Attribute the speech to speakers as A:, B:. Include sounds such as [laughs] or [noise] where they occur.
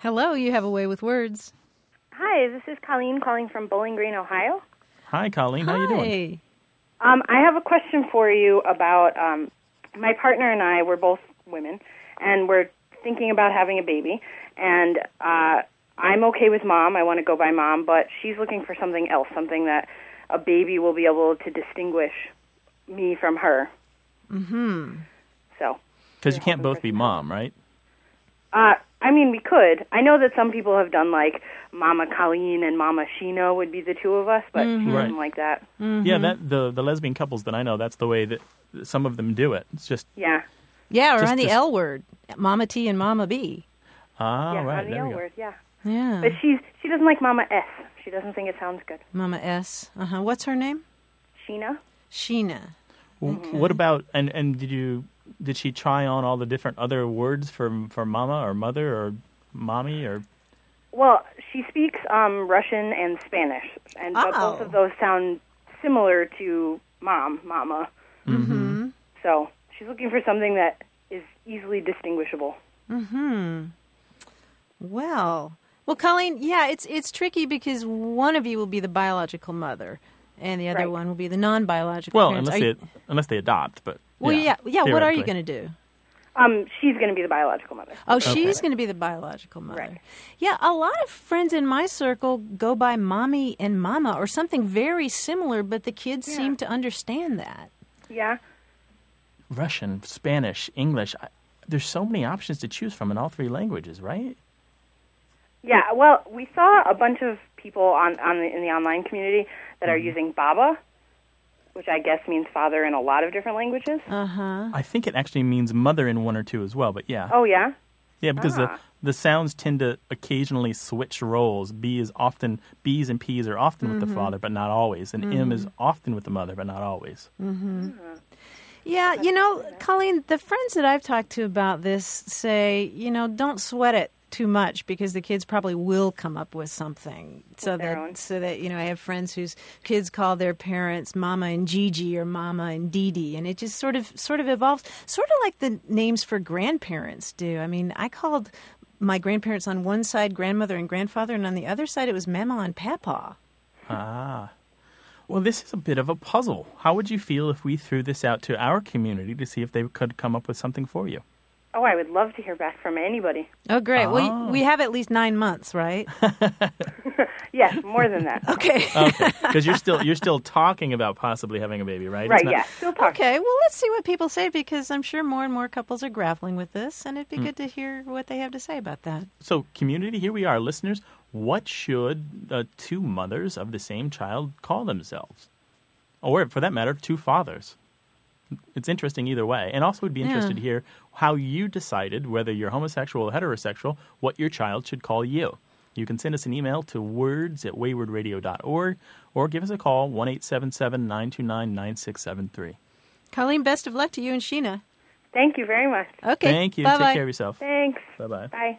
A: Hello, you have a way with words.
B: Hi, this is Colleen calling from Bowling Green, Ohio.
C: Hi, Colleen. How you doing?
A: Hey.
B: Um, I have a question for you about um, my partner and I. We're both women, and we're thinking about having a baby. And uh, I'm okay with mom. I want to go by mom, but she's looking for something else, something that a baby will be able to distinguish me from her.
A: Mm-hmm.
B: Hmm. So,
C: Because you can't both be mom, right?
B: uh, I mean, we could. I know that some people have done like Mama Colleen and Mama Shino would be the two of us, but she doesn't
C: Mm-hmm. Right.
B: like that.
A: Mm-hmm.
C: Yeah, that the the lesbian couples that I know, that's the way that some of them do it. It's just
B: Yeah.
A: Yeah, or
C: Just-
A: on the
C: just-
A: L word, Mama T and Mama B.
C: ah,
B: yeah,
C: right.
B: on the
C: there
B: L
C: we go.
B: word, yeah.
A: Yeah,
B: But she's she doesn't like Mama S. She doesn't think it sounds good.
A: Mama S. Uh huh. What's her name?
B: Sheena.
A: Sheena.
C: W-
A: Mm-hmm.
C: What about and and did you did she try on all the different other words for for mama or mother or mommy or
B: Well, she speaks um, Russian and Spanish, and but
A: Oh.
B: both of those sound similar to mom, mama. Mm-hmm. So she's looking for something that is easily distinguishable.
A: Mm-hmm. Well, well, Colleen. Yeah, it's it's tricky because one of you will be the biological mother, and the other
B: Right.
A: one will be the non-biological.
C: well,
A: parents.
C: unless
A: Are
C: they
A: you-
C: unless they adopt, but
A: Well, yeah, yeah. What are you
C: theoretically.
A: going to do?
B: Um, she's going to be the biological mother.
A: Oh, she's going to be the biological mother.
B: Right.
A: Yeah, a lot of friends in my circle go by mommy and mama or something very similar, but the kids seem to understand that.
B: Yeah,
C: Russian, Spanish, English. I, there's so many options to choose from in all three languages, right?
B: yeah. Well, we saw a bunch of people on on the, in the online community that
A: Mm-hmm.
B: are using Baba, which I guess means father in a lot of different languages.
A: Uh.
C: I think it actually means mother in one or two as well, but yeah.
B: oh yeah,
C: Yeah, because
B: Ah.
C: the the sounds tend to occasionally switch roles. B is often B's and P's are often with the
B: Mm-hmm.
C: father, but not always. And M
B: Mm.
C: is often with the mother, but not always.
A: Yeah, you know, Colleen, the friends that I've talked to about this say, you know, don't sweat it too much because the kids probably will come up with something. So
B: their
A: that
B: own.
A: so that you know, I have friends whose kids call their parents Mama and Gigi or Mama and Didi, and it just sort of sort of evolves, sort of like the names for grandparents do. I mean, I called my grandparents on one side grandmother and grandfather, and on the other side it was Mama and Papa.
C: Well, this is a bit of a puzzle. How would you feel if we threw this out to our community to see if they could come up with something for you?
B: Oh, I would love to hear back from anybody.
A: Oh, great! Well, we have at least nine months, [laughs] right? Oh,
B: Yes, more than that.
A: [laughs] Okay.
C: Okay, because you're still you're still talking about possibly having a baby, right? It's
B: right?
C: not-
B: Yeah. Still talk.
A: Okay, well, let's see what people say because I'm sure more and more couples are grappling with this, and
C: Mm.
A: it'd be good to hear what they have to say about that.
C: So, community, here we are, listeners. What should uh, two mothers of the same child call themselves? Or, for that matter, two fathers? It's interesting either way. And also, would be interested to hear how you decided whether you're homosexual or heterosexual, what your child should call you. You can send us an email to words at waywardradio.org or give us a call 1 877 929 9673.
A: Colleen, best of luck to you and Sheena.
B: Thank you very much.
A: Okay.
C: Thank you.
A: Bye-bye.
C: Take care of yourself.
B: Thanks.
C: Bye bye.
B: Bye.